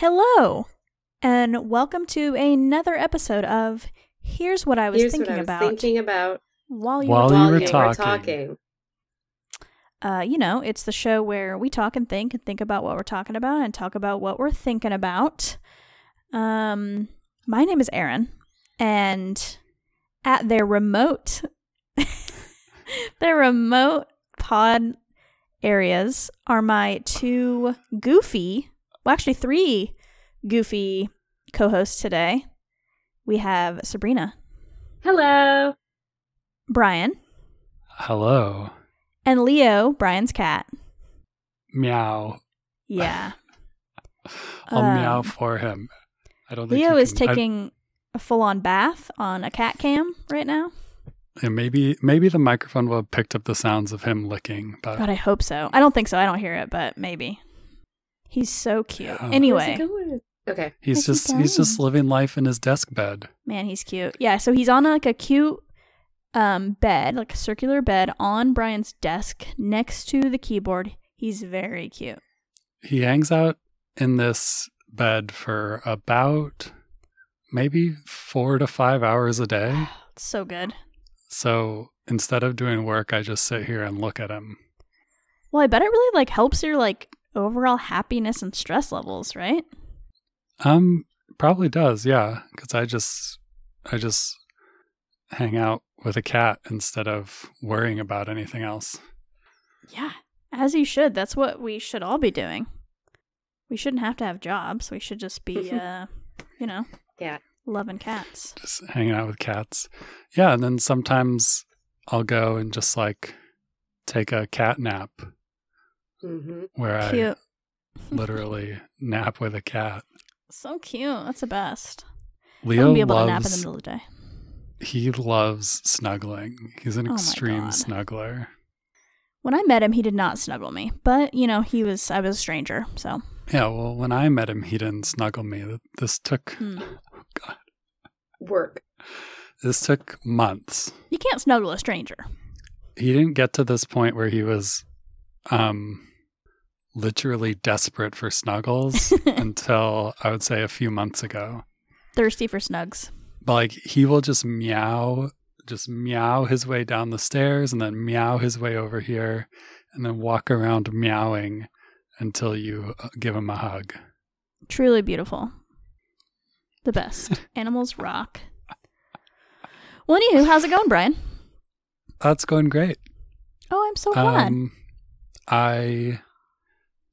Hello, and welcome to another episode of Here's What I Was Here's Thinking what I was About thinking about While You while, Were you were Talking. talking. Uh, you know, it's the show where we talk and think and think about what we're talking about and talk about what we're thinking about. Um, my name is Erin, and at their remote, their remote pod areas are my two goofy, well, actually three goofy co-hosts today. We have Sabrina, Hello. Brian, Hello. and Leo, Brian's cat. Meow. Yeah. I'll meow Um, for him. I don't think Leo he is can- I- taking a full-on bath on a cat cam right now. and maybe maybe the microphone will have picked up the sounds of him licking, but God, I hope so. I don't think so. I don't hear it, but maybe. He's so cute. Yeah. Where's it Anyway, going? Okay. Where's he's just he he's just going? living life in his desk bed. man, he's cute. Yeah, so he's on like a cute um bed, like a circular bed on Brian's desk next to the keyboard. He's very cute. He hangs out in this bed for about maybe 4 to 5 hours a day. It's so good. So instead of doing work, I just sit here and look at him. Well, I bet it really like helps your like overall happiness and stress levels, right? Um probably does. Yeah, cuz I just I just hang out with a cat instead of worrying about anything else. Yeah, as you should. That's what we should all be doing. We shouldn't have to have jobs. We should just be, uh, you know, Yeah. loving cats. just hanging out with cats. Yeah, and then sometimes I'll go and just like take a cat nap hmm where Cute. I literally nap with a cat. So cute. That's the best. I Leo wouldn't be able to nap in the loves middle of the day. he loves snuggling. He's an Oh my extreme God. snuggler. When I met him, he did not snuggle me, but you know, he was I was a stranger, so Yeah, well, when I met him, he didn't snuggle me. Th- This took hmm. Work. this took months. you can't snuggle a stranger. He didn't get to this point where he was um literally desperate for snuggles until I would say a few months ago. Thirsty for snugs. But like he will just meow, just meow his way down the stairs and then meow his way over here and then walk around meowing until you uh, give him a hug. Truly beautiful. The best. Animals rock. Well, anywho, how's it going, Brian? That's going great. Oh, I'm Um, so glad. I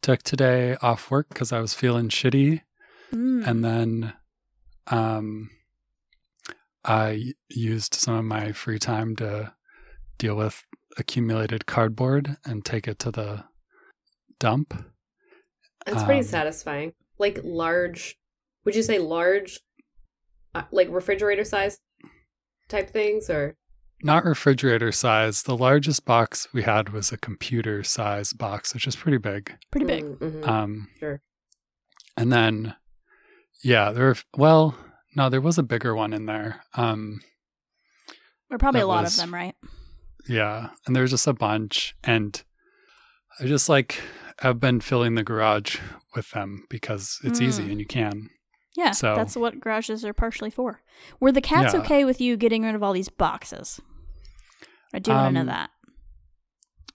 took today off work because I was feeling shitty. Mm. And then um, I used some of my free time to deal with accumulated cardboard and take it to the dump. That's pretty Um, satisfying. Like large, would you say large, uh, like refrigerator size type things, or not refrigerator size. The largest box we had was a computer size box, which is pretty big. Pretty big. Mm, mhm, Um, sure. and then, yeah, there. Were, well, no, there was a bigger one in there. Um, Or probably That a lot was- of them, right? yeah, and there's just a bunch, and I just like I've been filling the garage with them because it's Mm. easy and you can. Yeah, So- that's what garages are partially for. Were the cats Yeah. okay with you getting rid of all these boxes? I do want to Um, know that.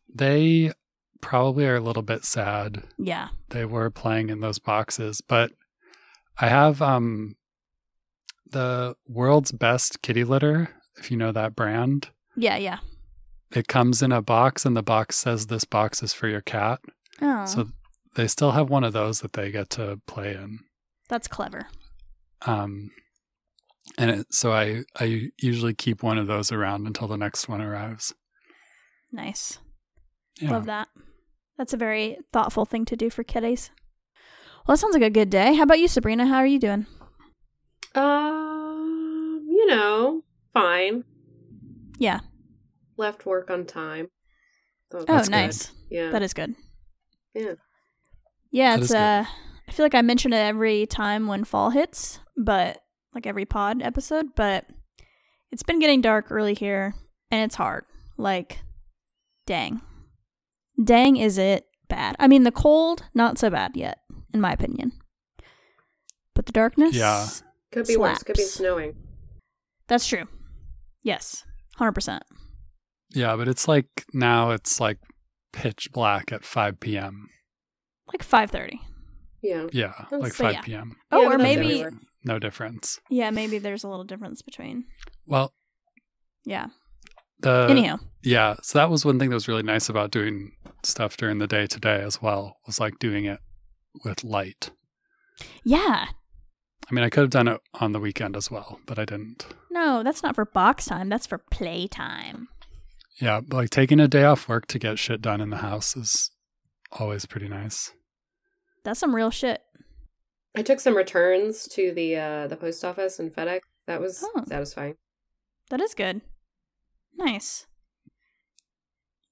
They probably are a little bit sad Yeah. they were playing in those boxes but i have um the world's best kitty litter if you know that brand Yeah, yeah. it comes in a box and the box says this box is for your cat Oh, so they still have one of those that they get to play in that's clever. um and it, so i i usually keep one of those around until the next one arrives Nice. yeah Love that. That's a very thoughtful thing to do for kitties. Well, that sounds like a good day. How about you, Sabrina? How are you doing? Uh, Um, you know, fine. Yeah. Left work on time. Oh, That's good. nice. Yeah. That is good. Yeah. Yeah, That it's is good. uh I feel like I mention it every time when fall hits, but like every pod episode, but it's been getting dark early here and it's hard. Like dang. Dang is it bad. I mean the cold not so bad yet in my opinion. but the darkness. Yeah. Could be worse. Could be Slaps. snowing. That's true. Yes. 100%. Yeah, but it's like now it's like pitch black at 5 p.m. Like 5:30. Yeah. Yeah, Oh, like so 5 yeah. p.m. Oh, Yeah, or but that's maybe everywhere. No difference. Yeah, maybe there's a little difference between. Well, Yeah. the Anyhow, yeah, so that was one thing that was really nice about doing stuff during the day today as well. Was like doing it with light. yeah. I mean, I could have done it on the weekend as well, but I didn't. No, that's not for box time. That's for play time. Yeah, but like taking a day off work to get shit done in the house is always pretty nice. That's some real shit. I took some returns to the uh the post office and FedEx. That was Oh. satisfying. That is good. Nice.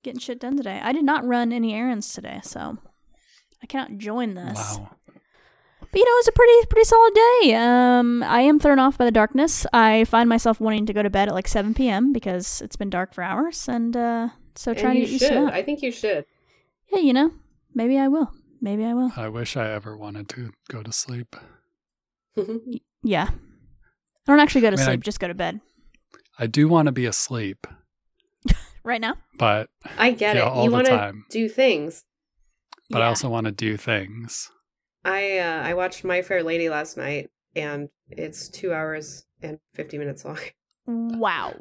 Getting shit done today. I did not run any errands today, so I cannot join this. Wow. But you know, it's a pretty pretty solid day. Um, I am thrown off by the darkness. I find myself wanting to go to bed at like seven p.m. because it's been dark for hours, and uh, so and trying you to get used should. to that. I think you should. yeah, you know, maybe I will. Maybe I will. I wish I ever wanted to go to sleep. Yeah. I don't actually go to I mean, I- sleep. just go to bed I do want to be asleep, right now. but I get Yeah, it. all you the want to time. do things. but I Yeah. also want to do things. I uh, I watched My Fair Lady last night, and it's two hours and fifty minutes long. wow.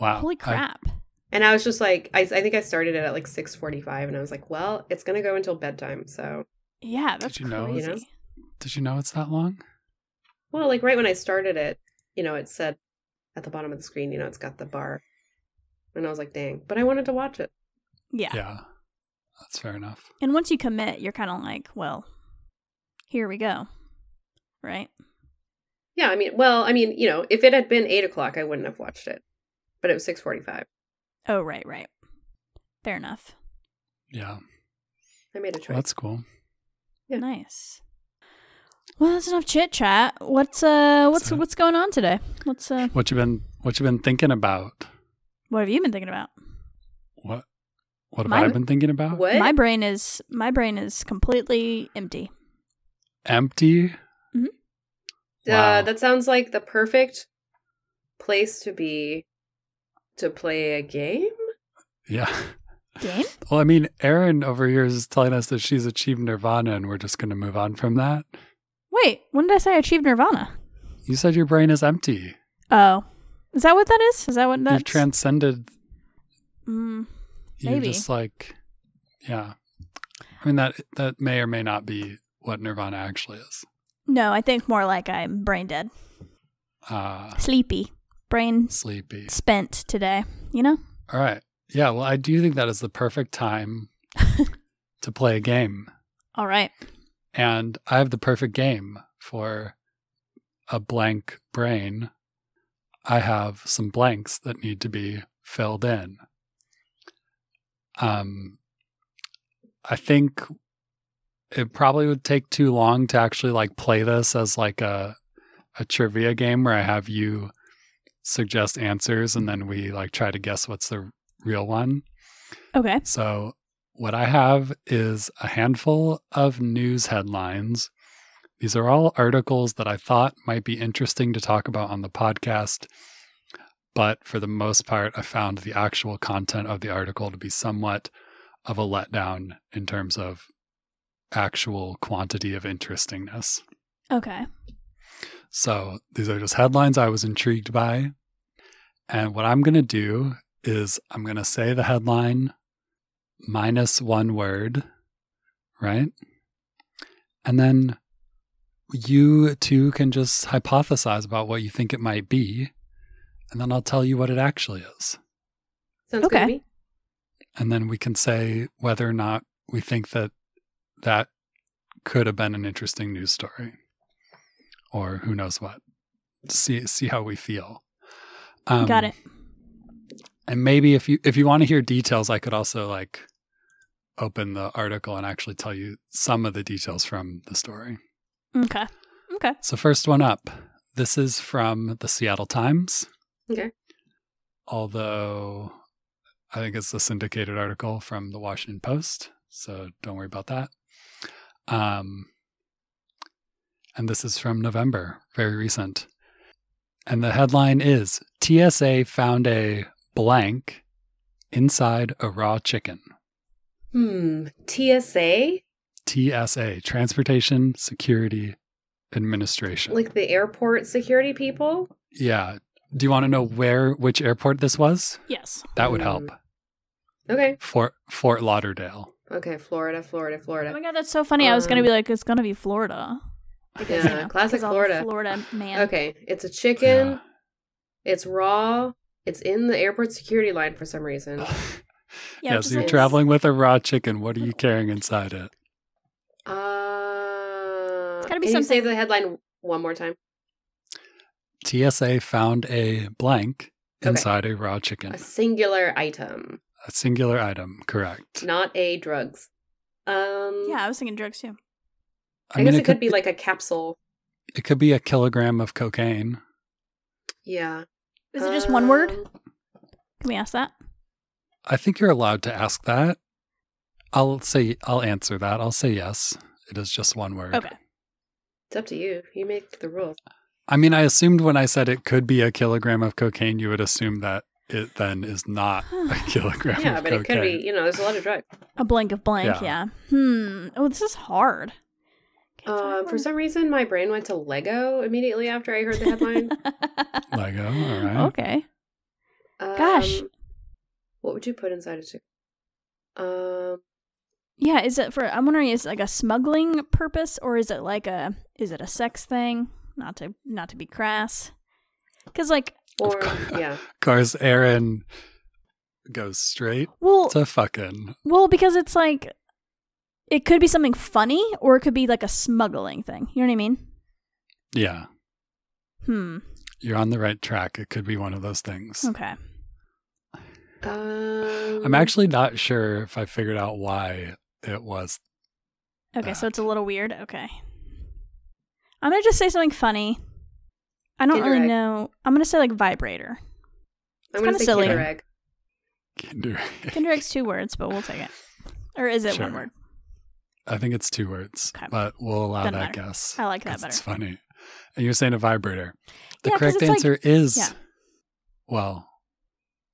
Wow. Holy Oh, I- crap! And I was just like, I, I think I started it at like six forty five, and I was like, well, it's gonna go until bedtime. So, yeah, that's you know- crazy. You know? did you know it's that long? well, like right when I started it, you know, it said at the bottom of the screen, you know, it's got the bar, and I was like, dang, but I wanted to watch it. Yeah. That's fair enough. And once you commit, you're kind of like, well, here we go, right? Yeah, I mean, well, I mean, you know, if it had been eight o'clock, I wouldn't have watched it, but it was six forty five. Oh, right, right. Fair enough. Yeah. I made a Well, choice. Oh, that's cool. Yeah. Nice. Well, that's enough chit chat. What's uh, what's So- what's going on today? What's uh, What you been what you been thinking about? what have you been thinking about? What what have My- I been thinking about? what? My brain is my brain is completely empty. Empty? Mhm. Uh, Wow. that sounds like the perfect place to be to play a game. yeah. Game? Well, I mean, Erin over here is telling us that she's achieved nirvana and we're just gonna move on from that. Wait, when did I say I achieved nirvana? You said your brain is empty. Oh, is that what that is? Is that what that's? You've transcended mm, you Maybe. just like yeah. I mean that that may or may not be what nirvana actually is. no, I think more like I'm brain dead, Uh sleepy, brain sleepy. spent today. You know? All right. Yeah, well I do think that is the perfect time to play a game. All right. and I have the perfect game for a blank brain. I have some blanks that need to be filled in. Um, I think it probably would take too long to actually like play this as like a a trivia game where I have you suggest answers and then we like try to guess what's the real one. Okay. So, what I have is a handful of news headlines. These are all articles that I thought might be interesting to talk about on the podcast. But for the most part, I found the actual content of the article to be somewhat of a letdown in terms of actual quantity of interestingness. Okay. So these are just headlines I was intrigued by. And what I'm going to do is I'm going to say the headline minus one word, right? And then you two can just hypothesize about what you think it might be. And then I'll tell you what it actually is. Sounds good Okay. to me. And then we can say whether or not we think that that could have been an interesting news story or who knows what. See see how we feel. Um, Got it. And maybe if you if you want to hear details, I could also like open the article and actually tell you some of the details from the story. Okay. Okay. So, first one up. This is from the Seattle Times. Okay. Although I think it's a syndicated article from the Washington Post. So, don't worry about that. Um, and this is from November, very recent. And the headline is TSA found a blank inside a raw chicken. Hmm. TSA? TSA, Transportation Security Administration. Like the airport security people? yeah. Do you want to know where, which airport this was? Yes. That would help. Mm. Okay. Fort, Fort Lauderdale. Okay. Florida, Florida, Oh Florida. my god, that's so funny. I was gonna Um, be like, it's gonna be Florida. Because, you Yeah, know, classic because all the Florida. Florida man. Okay. It's a chicken. Yeah. It's raw. It's in the airport security line for some reason. Yeah, yeah, which is so you're like- traveling with a raw chicken. What are you carrying inside it? Uh, gotta be can you say something- the headline one more time? TSA found a blank Okay. inside a raw chicken. A singular item, A singular item, correct. not a drugs. Um, Yeah, I was thinking drugs too. I, guess it could be like a capsule. it could be a kilogram of cocaine. Yeah. Is it just one word? Um, Can we ask that? I think you're allowed to ask that. I'll say I'll answer that. I'll say yes. It is just one word. Okay. It's up to you. You make the rules. I mean, I assumed when I said it could be a kilogram of cocaine, you would assume that it then is not a kilogram. Yeah, of but it cocaine. could be. You know, there's a lot of drugs. A blank of blank, yeah. Yeah. Hmm. Oh, this is hard. Okay, Um, for fine. some reason, my brain went to Lego immediately after I heard the headline. Lego. oh, All Oh. right. Okay. Um, Gosh. what would you put inside a chicken? Um, Yeah, is it for I'm wondering is it like a smuggling purpose or is it like a is it a sex thing? Not to not to be crass. Cuz like or course. yeah, Cars. Aaron goes straight Oh. well to fucking. well because it's like it could be something funny or it could be like a smuggling thing. You know what I mean? Yeah, Hmm. you're on the right track. It could be one of those things. Hmm. Okay. um, I'm actually not sure if I figured out why it was. Okay, so That. it's a little weird. Okay. I'm going to just say something funny. I don't Ginger really egg. know. I'm going to say like vibrator. Um, I'm kinda gonna say silly. Kinder egg. Kinder. Egg. Kinder egg's two words, but we'll take it. Or is it one Sure. word? I think it's two words, Okay. but we'll allow Doesn't that matter. guess. I like that 'cause It's better. funny. And you're saying a vibrator. Yeah, The 'cause correct it's like- answer is yeah. well,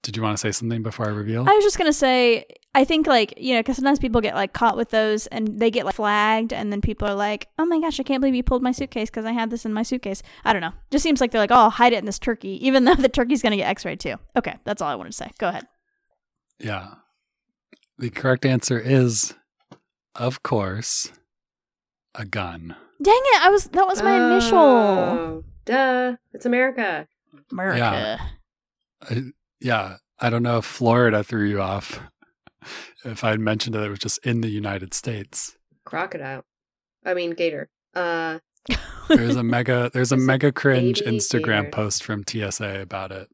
did you want to say something before I reveal? I was just going to say I think like, you know, cuz sometimes people get like caught with those and they get like flagged and then people are like, "Oh my gosh, I can't believe you pulled my suitcase cuz I had this in my suitcase." I don't know. Just seems like they're like, "Oh, I'll hide it in this turkey," even though the turkey's going to get x-rayed too. Okay, that's all I wanted to say. Go ahead. yeah. The correct answer is, of course, a gun. Dang it. I was that was my initial Oh, Duh, it's America. America. Uh, Yeah. I don't know if Florida threw you off. If I had mentioned that it was just in the United States, Crocodile. I mean, gator. Uh, there's a mega there's a There's a mega cringe baby Instagram gator. post from TSA about it.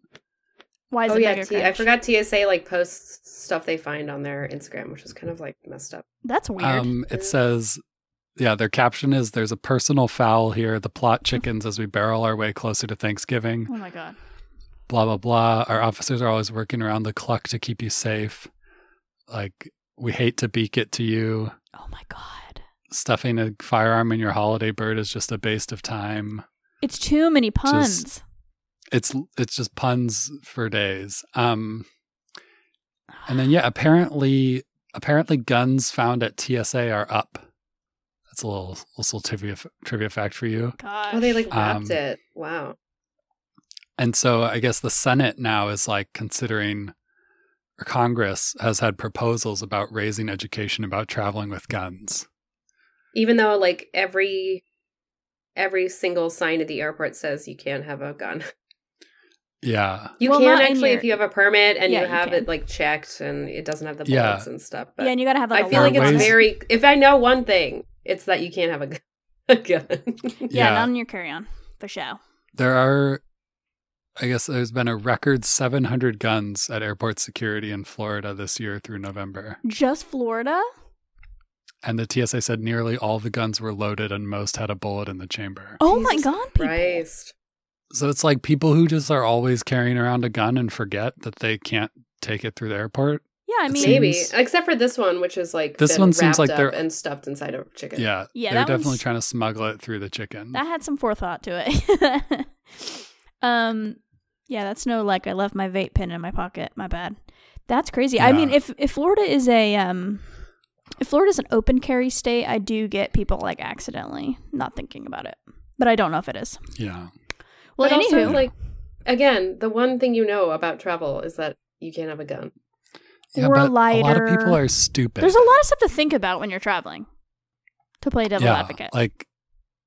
Why is oh it yeah, mega T- I cringe? forgot TSA like posts stuff they find on their Instagram, which is kind of like messed up. That's weird. Um, it says, yeah, their caption is there's a personal foul here. The plot chickens as we barrel our way closer to Thanksgiving. oh my god. Blah, blah, blah. Our officers are always working around the clock to keep you safe. Like, we hate to beak it to you. Oh my god. Stuffing a firearm in your holiday bird is just a waste of time. It's too many puns. It's it's just puns for days. Um, and then yeah, apparently apparently guns found at TSA are up. That's a little little trivia trivia fact for you. Gosh. Oh, they like wrapped Um, it. Wow. And so I guess the Senate now is like considering, or Congress has had proposals about raising education about traveling with guns. Even though like every every single sign at the airport says you can't have a gun. Yeah. You Well, can not in actually your- if you have a permit and Yeah, you you have can. it like checked and it doesn't have the Yeah. bullets and stuff. But yeah, and you gotta have like. I a feel lot like of it's puns. Always- very. If I know one thing, it's that you can't have a gun. A gun. Yeah, Yeah. not on your carry on for show. There are, I guess there's been a record 700 guns at airport security in Florida this year through November. Just Florida. And the TSA said nearly all the guns were loaded and most had a bullet in the chamber. Oh my Jesus god, people. Christ. So it's like people who just are always carrying around a gun and forget that they can't take it through the airport. Yeah, Yeah, I It mean, seems- Maybe, except for this one, which is like This been one seems wrapped like up they're- and stuffed inside of chicken. Yeah, Yeah, they're that definitely one's- trying to smuggle it through the chicken. that had some forethought to it. um, yeah, that's no like I left my vape pen in my pocket. My bad. That's crazy. I mean, Yeah. if if Florida is a um, if Florida's an open carry state, I do get people like accidentally not thinking about it, but I don't know if it is. yeah, Well, but anywho, also, like, again, the one thing you know about travel is that you can't have a gun. yeah. Or a but a lot of people lighter. are stupid. there's a lot of stuff to think about when you're traveling. To play devil yeah, advocate, like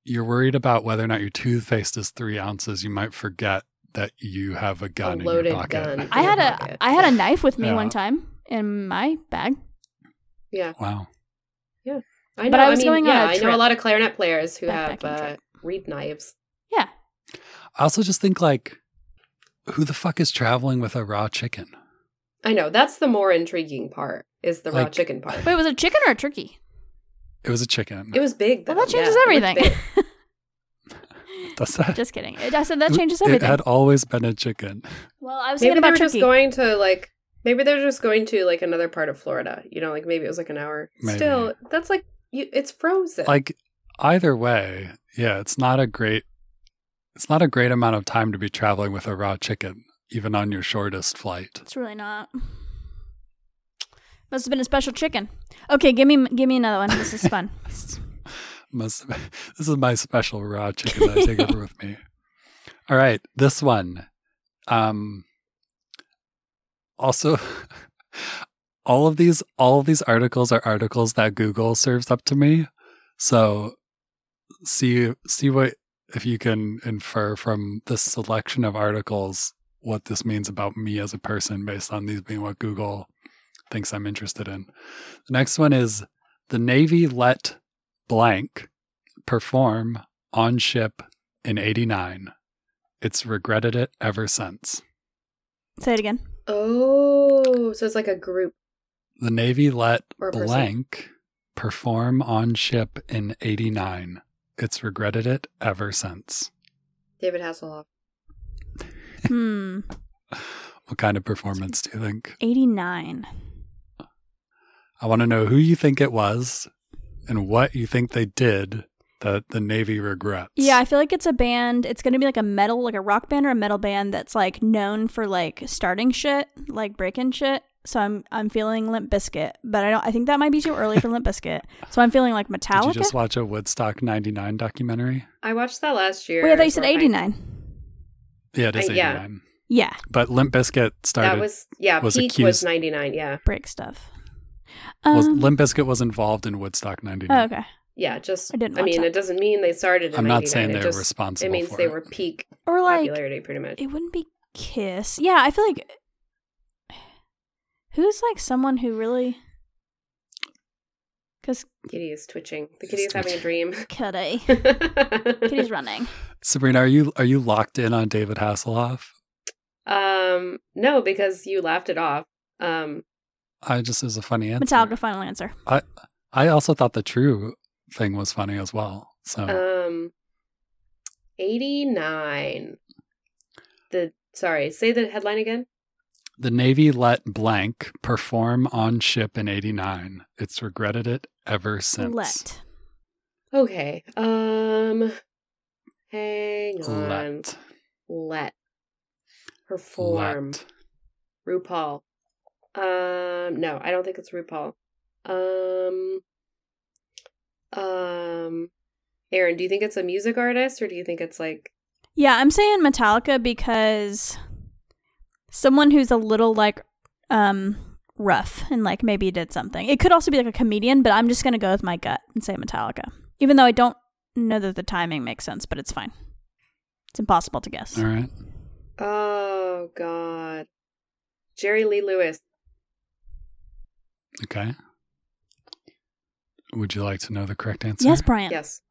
you're worried about whether or not your toothpaste is three ounces. You might forget that you have a gun in loaded your pocket. gun. I in had your a pocket. I had a knife with me Yeah. one time in my bag. Yeah, Wow. I know. But I was mean, going on yeah, a I know trip. a lot of clarinet players who have Backpacking uh, trip. reed knives. Yeah, I also just think like, who the fuck is traveling with a raw chicken? I know that's the more intriguing part is the raw Like- chicken part. wait, was it chicken or a turkey? It was a chicken. It was big. Though. Well, that changes yeah, it was everything. big. That's that. Just kidding. It, I said that It- changes everything. It had always been a chicken. well, I was maybe thinking they were about just turkey. going to like. Maybe they're just going to like another part of Florida. You know, like maybe it was like an hour. Maybe. Still, that's like you, it's frozen. Like either way, yeah, it's not a great it's not a great amount of time to be traveling with a raw chicken, even on your shortest flight. It's really not. Must have been a special chicken. Okay, give me give me another one. This is fun. Must this is my special raw chicken that I take over with me. All right, this one. Um also all of these all of these articles are articles that Google serves up to me. So see see what if you can infer from this selection of articles what this means about me as a person based on these being what Google thinks I'm interested in. The next one is the Navy let blank perform on ship in 89. It's regretted it ever since. Say it again. oh, so it's like a group. The Navy let Or a person. blank perform on ship in 89. It's regretted it ever since. David Hasselhoff. Hmm. What kind of performance do you think? Eighty nine. I want to know who you think it was and what you think they did that the Navy regrets. Yeah, I feel like it's a band. It's gonna be like a metal, like a rock band or a metal band that's like known for like starting shit, like breaking shit. So I'm I'm feeling Limp Biscuit, but I don't. I think that might be too early for Limp Biscuit. So I'm feeling like Did Metallica. you just watch a Woodstock 99 documentary? I watched that last year. Wait, I thought you said Horrifying. eighty nine. Yeah, it is Uh, 89. yeah. Yeah, But Limp Bizkit started. That was yeah. was peak accused- was ninety nine. Yeah, break stuff. was, Um, Limp Bizkit was involved in Woodstock oh, 99. okay. yeah. Just I I, didn't watch mean, that. it doesn't mean they started. In I'm not 99. saying It they just- were responsible It means for they it. were peak Or like popularity, pretty much. it wouldn't be Kiss. Yeah, I feel like who's like someone who really because Kitty is twitching. The kitty She's is having a dream. kitty, kitty's Kitty's running. Sabrina, are you are you locked in on David Hasselhoff? Um, no, because you laughed it off. Um, I just it was a funny answer. Metallica, final answer. I also thought the true thing was funny as well. So um, eighty nine. The sorry, say the headline again. the Navy let blank perform on ship in '89. It's regretted it ever since. Let. Okay. Um, hang on. Let. Let perform. Let. RuPaul. Um, no, I don't think it's RuPaul. Um, um, Aaron, do you think it's a music artist or do you think it's like Yeah, I'm saying Metallica because someone who's a little like um rough and like maybe did something. It could also be like a comedian, but I'm just gonna go with my gut and say Metallica, even though I don't know that the timing makes sense, but it's fine. It's impossible to guess. All right. oh god, Jerry Lee Lewis? Okay. Would you like to know the correct answer? Yes, Brian. Yes,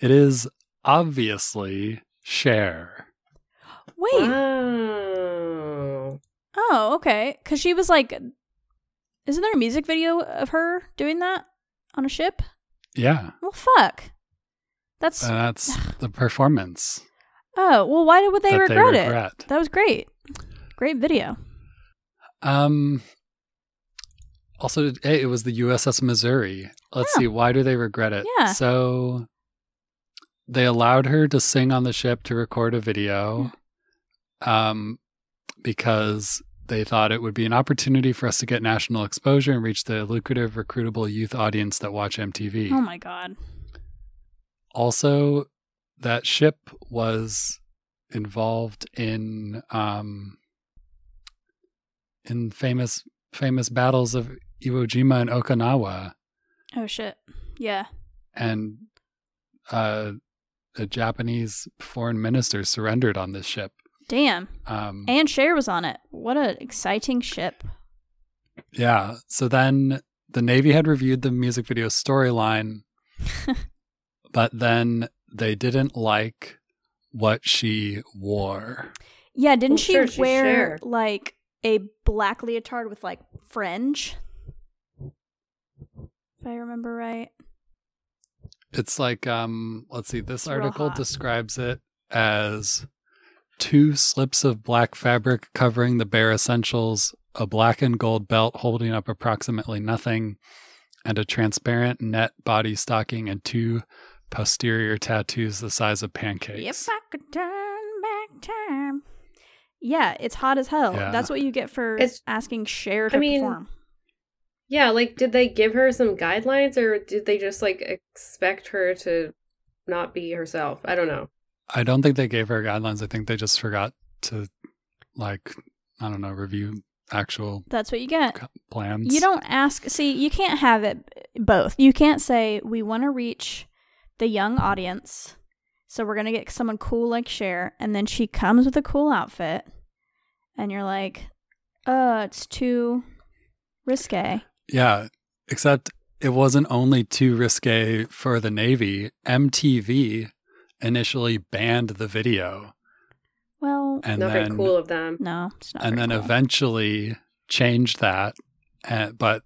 It is obviously share. Wait. wow, Oh, okay. Because she was like, isn't there a music video of her doing that on a ship? Yeah, Well, fuck. That's and that's the performance oh well. Why would they that regret they it? regret. That was great. Great video. Um. Also, hey, it was the USS Missouri. Let's Yeah. see. Why do they regret it? Yeah. So they allowed her to sing on the ship to record a video, um, because they thought it would be an opportunity for us to get national exposure and reach the lucrative, recruitable youth audience that watch MTV Oh my god. also that ship was involved in um in famous famous battles of Iwo Jima and Okinawa Oh shit. Yeah. and uh the Japanese foreign minister surrendered on this ship. Damn. Um And Cher was on it. What an exciting ship. yeah, so then the Navy had reviewed the music video storyline but then they didn't like what she wore. Yeah, didn't Well, she sure, she's wear Cher. like a black leotard with like fringe? If I remember right. It's like um let's see this It's real article hot. describes it as two slips of black fabric covering the bare essentials, a black and gold belt holding up approximately nothing, and a transparent net body stocking and two posterior tattoos the size of pancakes. If I could turn back time. Yeah, it's hot as hell. Yeah. That's what you get for It's- asking Cher I to mean- perform. Yeah, like did they give her some guidelines or did they just like expect her to not be herself? I don't know. I don't think they gave her guidelines. I think they just forgot to like I don't know, review actual That's what you get. co- plans. You don't ask. See, you can't have it both. You can't say we want to reach the young audience, so we're gonna get someone cool like Cher, and then she comes with a cool outfit, and you're like, "Uh, it's too risque." Yeah, except it wasn't only too risque for the Navy. MTV initially banned the video, Well, and Not very then cool of them. no, it's not. and very then cool. eventually changed that, uh, but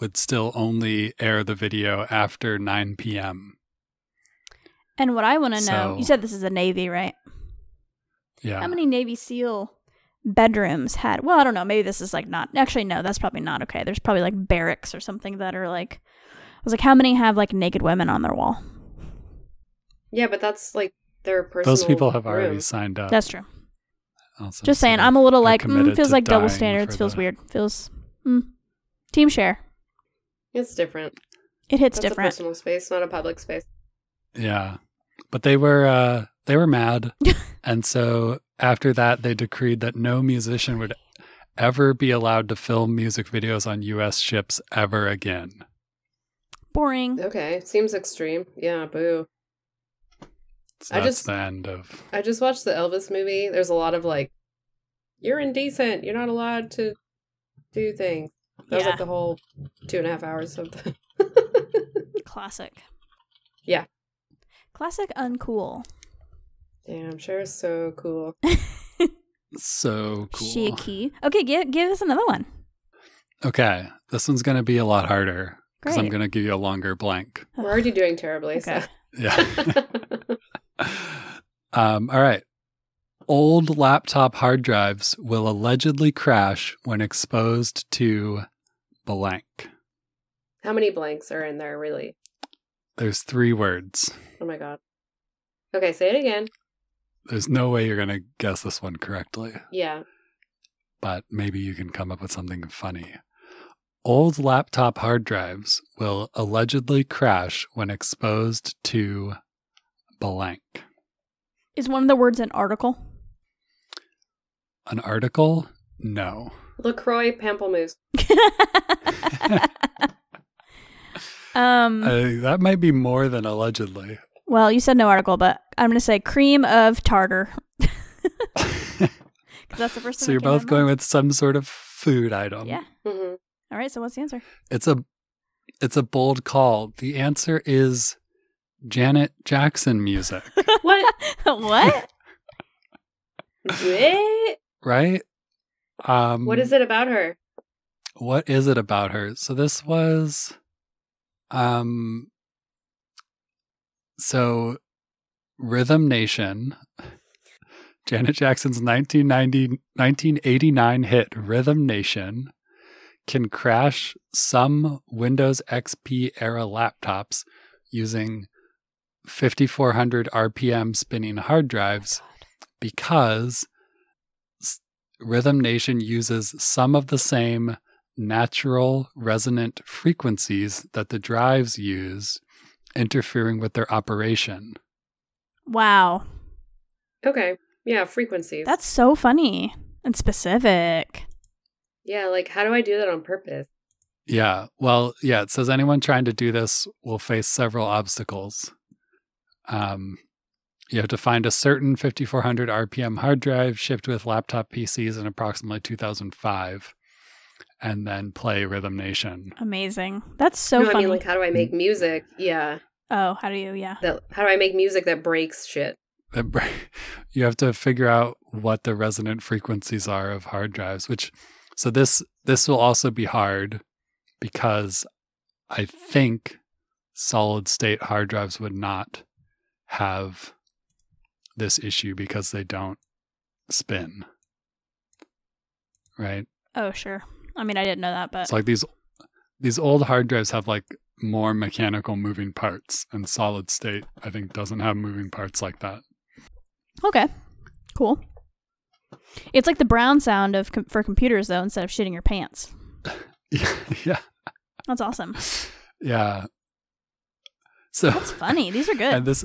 would still only air the video after 9 p.m. And what I want to know, So- you said this is a Navy, right? Yeah, How many Navy SEAL bedrooms had? Well, I don't know. Maybe this is like not. Actually, no, that's probably not okay. There's probably like barracks or something that are like. I was like, how many have like naked women on their wall? Yeah, but that's like their personal those people have already room. signed up. That's true. also, Just so saying, they're- I'm a little they're like, mm, committed feels to like double dying standards. for Feels the- weird. Feels. Mm. Team share. It's different. It hits It's that's a different. personal space, not a public space. Yeah. But they were uh they were mad. and so after that they decreed that no musician would ever be allowed to film music videos on US ships ever again. Boring. Okay, seems extreme. Yeah, boo. So I that's just- the end of I just watched the Elvis movie. There's a lot of like, you're indecent. You're not allowed to do things. That was Yeah. like the whole two and a half hours of the. Classic. Yeah. Classic uncool. Damn, sure is so cool. so cool. Shaky. Okay, give give us another one. Okay. This one's gonna be a lot harder. Because I'm Great. gonna give you a longer blank. We're already doing terribly. Okay. Yeah. So. um, all right. Old laptop hard drives will allegedly crash when exposed to blank. How many blanks are in there, really? There's three words. Oh my god. Okay, say it again. There's no way you're going to guess this one correctly, Yeah. but maybe you can come up with something funny. Old laptop hard drives will allegedly crash when exposed to blank. Is one of the words an article? An article? No. LaCroix Pamplemousse. Hmm. um. Uh, that might be more than allegedly. Well, you said no article, but I'm going to say cream of tartar. Because that's the first thing. So you're that came both to my going mind. with some sort of food item. Yeah. hmm All right. So what's the answer? It's a it's a bold call. The answer is Janet Jackson music, What? what? What? right? Um What is it about her? what is it about her so this was um so rhythm nation Janet Jackson's 1990, 1989 hit Rhythm Nation can crash some Windows XP era laptops using 5400 RPM spinning hard drives because s- Rhythm Nation uses some of the same natural resonant frequencies that the drives use, interfering with their operation. Wow. Okay. Yeah, frequencies. That's so funny and specific. yeah, like how do I do that on purpose? Yeah. Well, yeah, it says anyone trying to do this will face several obstacles. Um, you have to find a certain 5400 RPM hard drive shipped with laptop PCs in approximately 2005 and then play Rhythm Nation. Amazing. That's so no, I funny. mean like how do I make music? Yeah. oh, how do you? Yeah. That how do I make music that breaks shit? That br- You have to figure out what the resonant frequencies are of hard drives, which so this this will also be hard because I think solid state hard drives would not have this issue because they don't spin. Right? Oh, sure. I mean, I didn't know that, but It's like these these old hard drives have like more mechanical moving parts and solid state I think doesn't have moving parts like that. okay, cool. It's like the brown sound of com- for computers though, instead of shitting your pants. yeah. That's awesome. Yeah. So That's funny. These are and good. this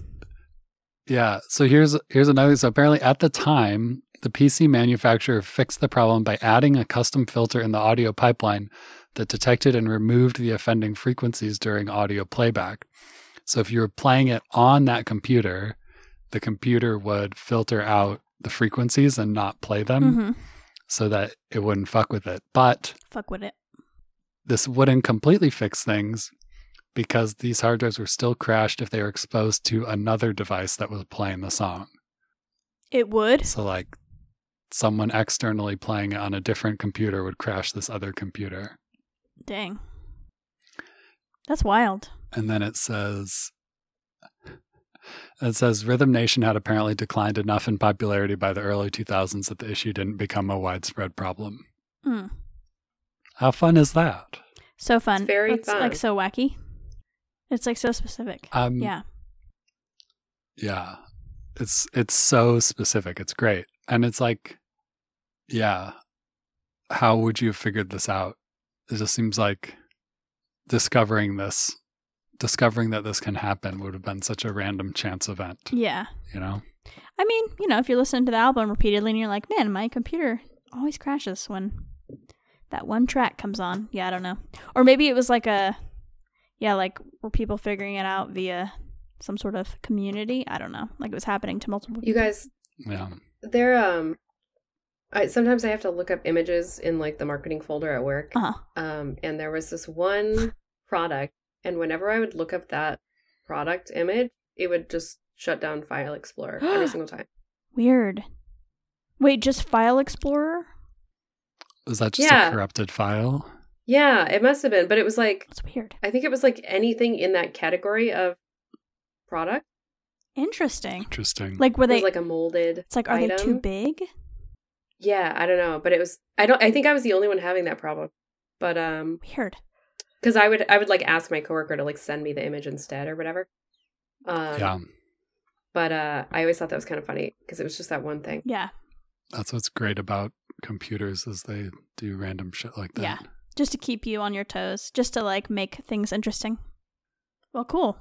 Yeah, so here's here's another so apparently at the time the PC manufacturer fixed the problem by adding a custom filter in the audio pipeline that detected and removed the offending frequencies during audio playback. So if you were playing it on that computer, the computer would filter out the frequencies and not play them Mm-hmm. so that it wouldn't fuck with it. But Fuck with it. this wouldn't completely fix things because these hard drives were still crashed if they were exposed to another device that was playing the song. It would. So, like, someone externally playing it on a different computer would crash this other computer. Dang. That's wild. And then it says, it says Rhythm Nation had apparently declined enough in popularity by the early 2000s that the issue didn't become a widespread problem. Mm. How fun is that? So fun. It's very That's, Like fun. so wacky. It's like so specific. Um, yeah. Yeah. It's it's so specific. It's great. And it's like yeah. How would you have figured this out? It just seems like discovering this discovering that this can happen would have been such a random chance event, Yeah. you know? I mean, you know, if you're listening to the album repeatedly and you're like, man, my computer always crashes when that one track comes on. Yeah, I don't know. Or maybe it was like a, yeah, like were people figuring it out via some sort of community? I don't know. Like it was happening to multiple You guys Yeah. They're um I sometimes I have to look up images in like the marketing folder at work. Uh huh. Um and there was this one product and whenever I would look up that product image, it would just shut down File Explorer every single time. Weird. Wait, just File Explorer? Is that just Yeah. a corrupted file? Yeah, it must have been, but it was like That's weird. I think it was like anything in that category of product. Interesting. Interesting. Like, were It they, was like a molded it's like, are they too item. big? Yeah, I don't know, but it was I don't I think I was the only one having that problem. But um Weird. cuz I would I would like ask my coworker to like send me the image instead or whatever. Um yeah. But uh, I always thought that was kind of funny because it was just that one thing. Yeah. That's what's great about computers is they do random shit like that. Yeah. Just to keep you on your toes, just to like make things interesting. Well, cool.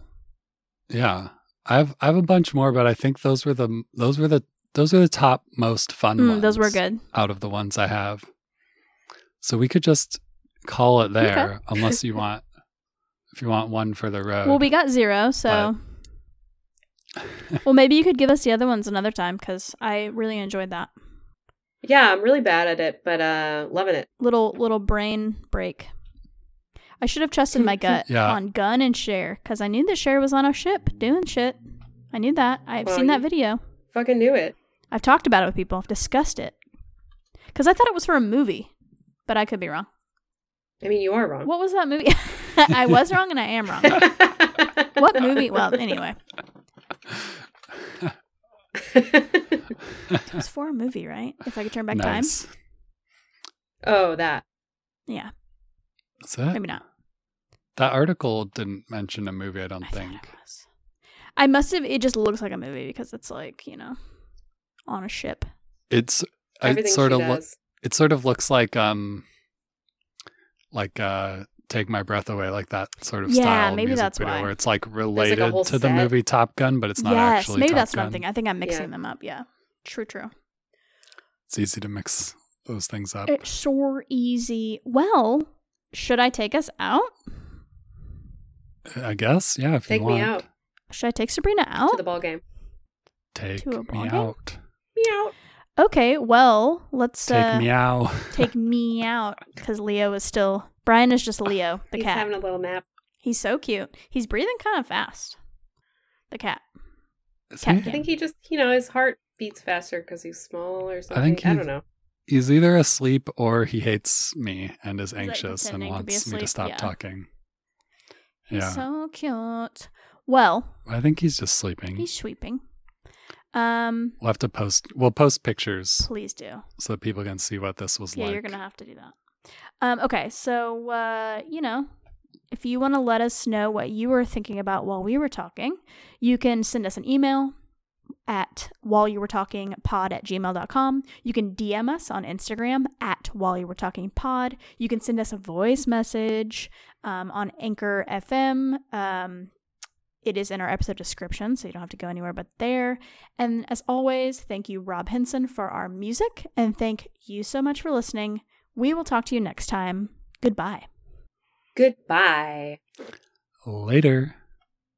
Yeah, I've I have a bunch more, but I think those were the those were the those were the top most fun Mm, ones. those were good. out of the ones I have. So we could just call it there, unless you want if you want one for the road. Well, we got zero, so. well, maybe you could give us the other ones another time because I really enjoyed that Yeah, I'm really bad at it, but uh, loving it. little little brain break. I should have trusted my gut Yeah. on gun and share because I knew that share was on a ship doing shit. I knew that. I've Well, seen that you- video. Fucking knew it. I've talked about it with people. I've discussed it because I thought it was for a movie, but I could be wrong. I mean, you are wrong. What was that movie? I was wrong and I am wrong. What movie? Well, anyway. It was for a movie, right? If I could turn back time. nice. Oh, that. Yeah, That's it. maybe not. that article didn't mention a movie, I don't I think. thought it was. I must have. It just looks like a movie because it's like you know, on a ship. It's it Everything sort she of lo- does. it sort of looks like um like uh Take My Breath Away, like that sort of Yeah, style maybe music that's video why. where it's like related whole to the set. movie Top Gun, but it's not yes, actually maybe Top that's Gun. what I'm thinking. I think I'm mixing Yeah. them up. Yeah, true, true. It's easy to mix those things up. It's so easy. Well, should I take us out? I guess, yeah. If Take you want, me out Should I take Sabrina out? to the ball game. take To a ball me game? out, Meow. okay, well, let's uh, take me out. take me out because Leo is still. Brian is just Leo, the He's cat. having a little nap. He's so cute. He's breathing kind of fast. The cat. Is Cat he- game. I think he just, you know, his heart beats faster because he's small or something. I, think don't he's know. He's either asleep or he hates me and is like, anxious and pretending to be wants me to asleep, stop yeah. talking. He's yeah, Mm-hmm. so cute. Well, I think he's just sleeping. he's sweeping. Um, We'll have to post. We'll post pictures please do. so that people can see what this was Yeah, like. you're gonna have to do that. Um, okay, so uh, you know, if you want to let us know what you were thinking about while we were talking, you can send us an email at while you were talking pod at gmail.com you can dm us on instagram at while you were talking pod you can send us a voice message um, on anchor fm um, it is in our episode description so you don't have to go anywhere but there and as always thank you rob henson for our music and thank you so much for listening we will talk to you next time goodbye Goodbye. Later.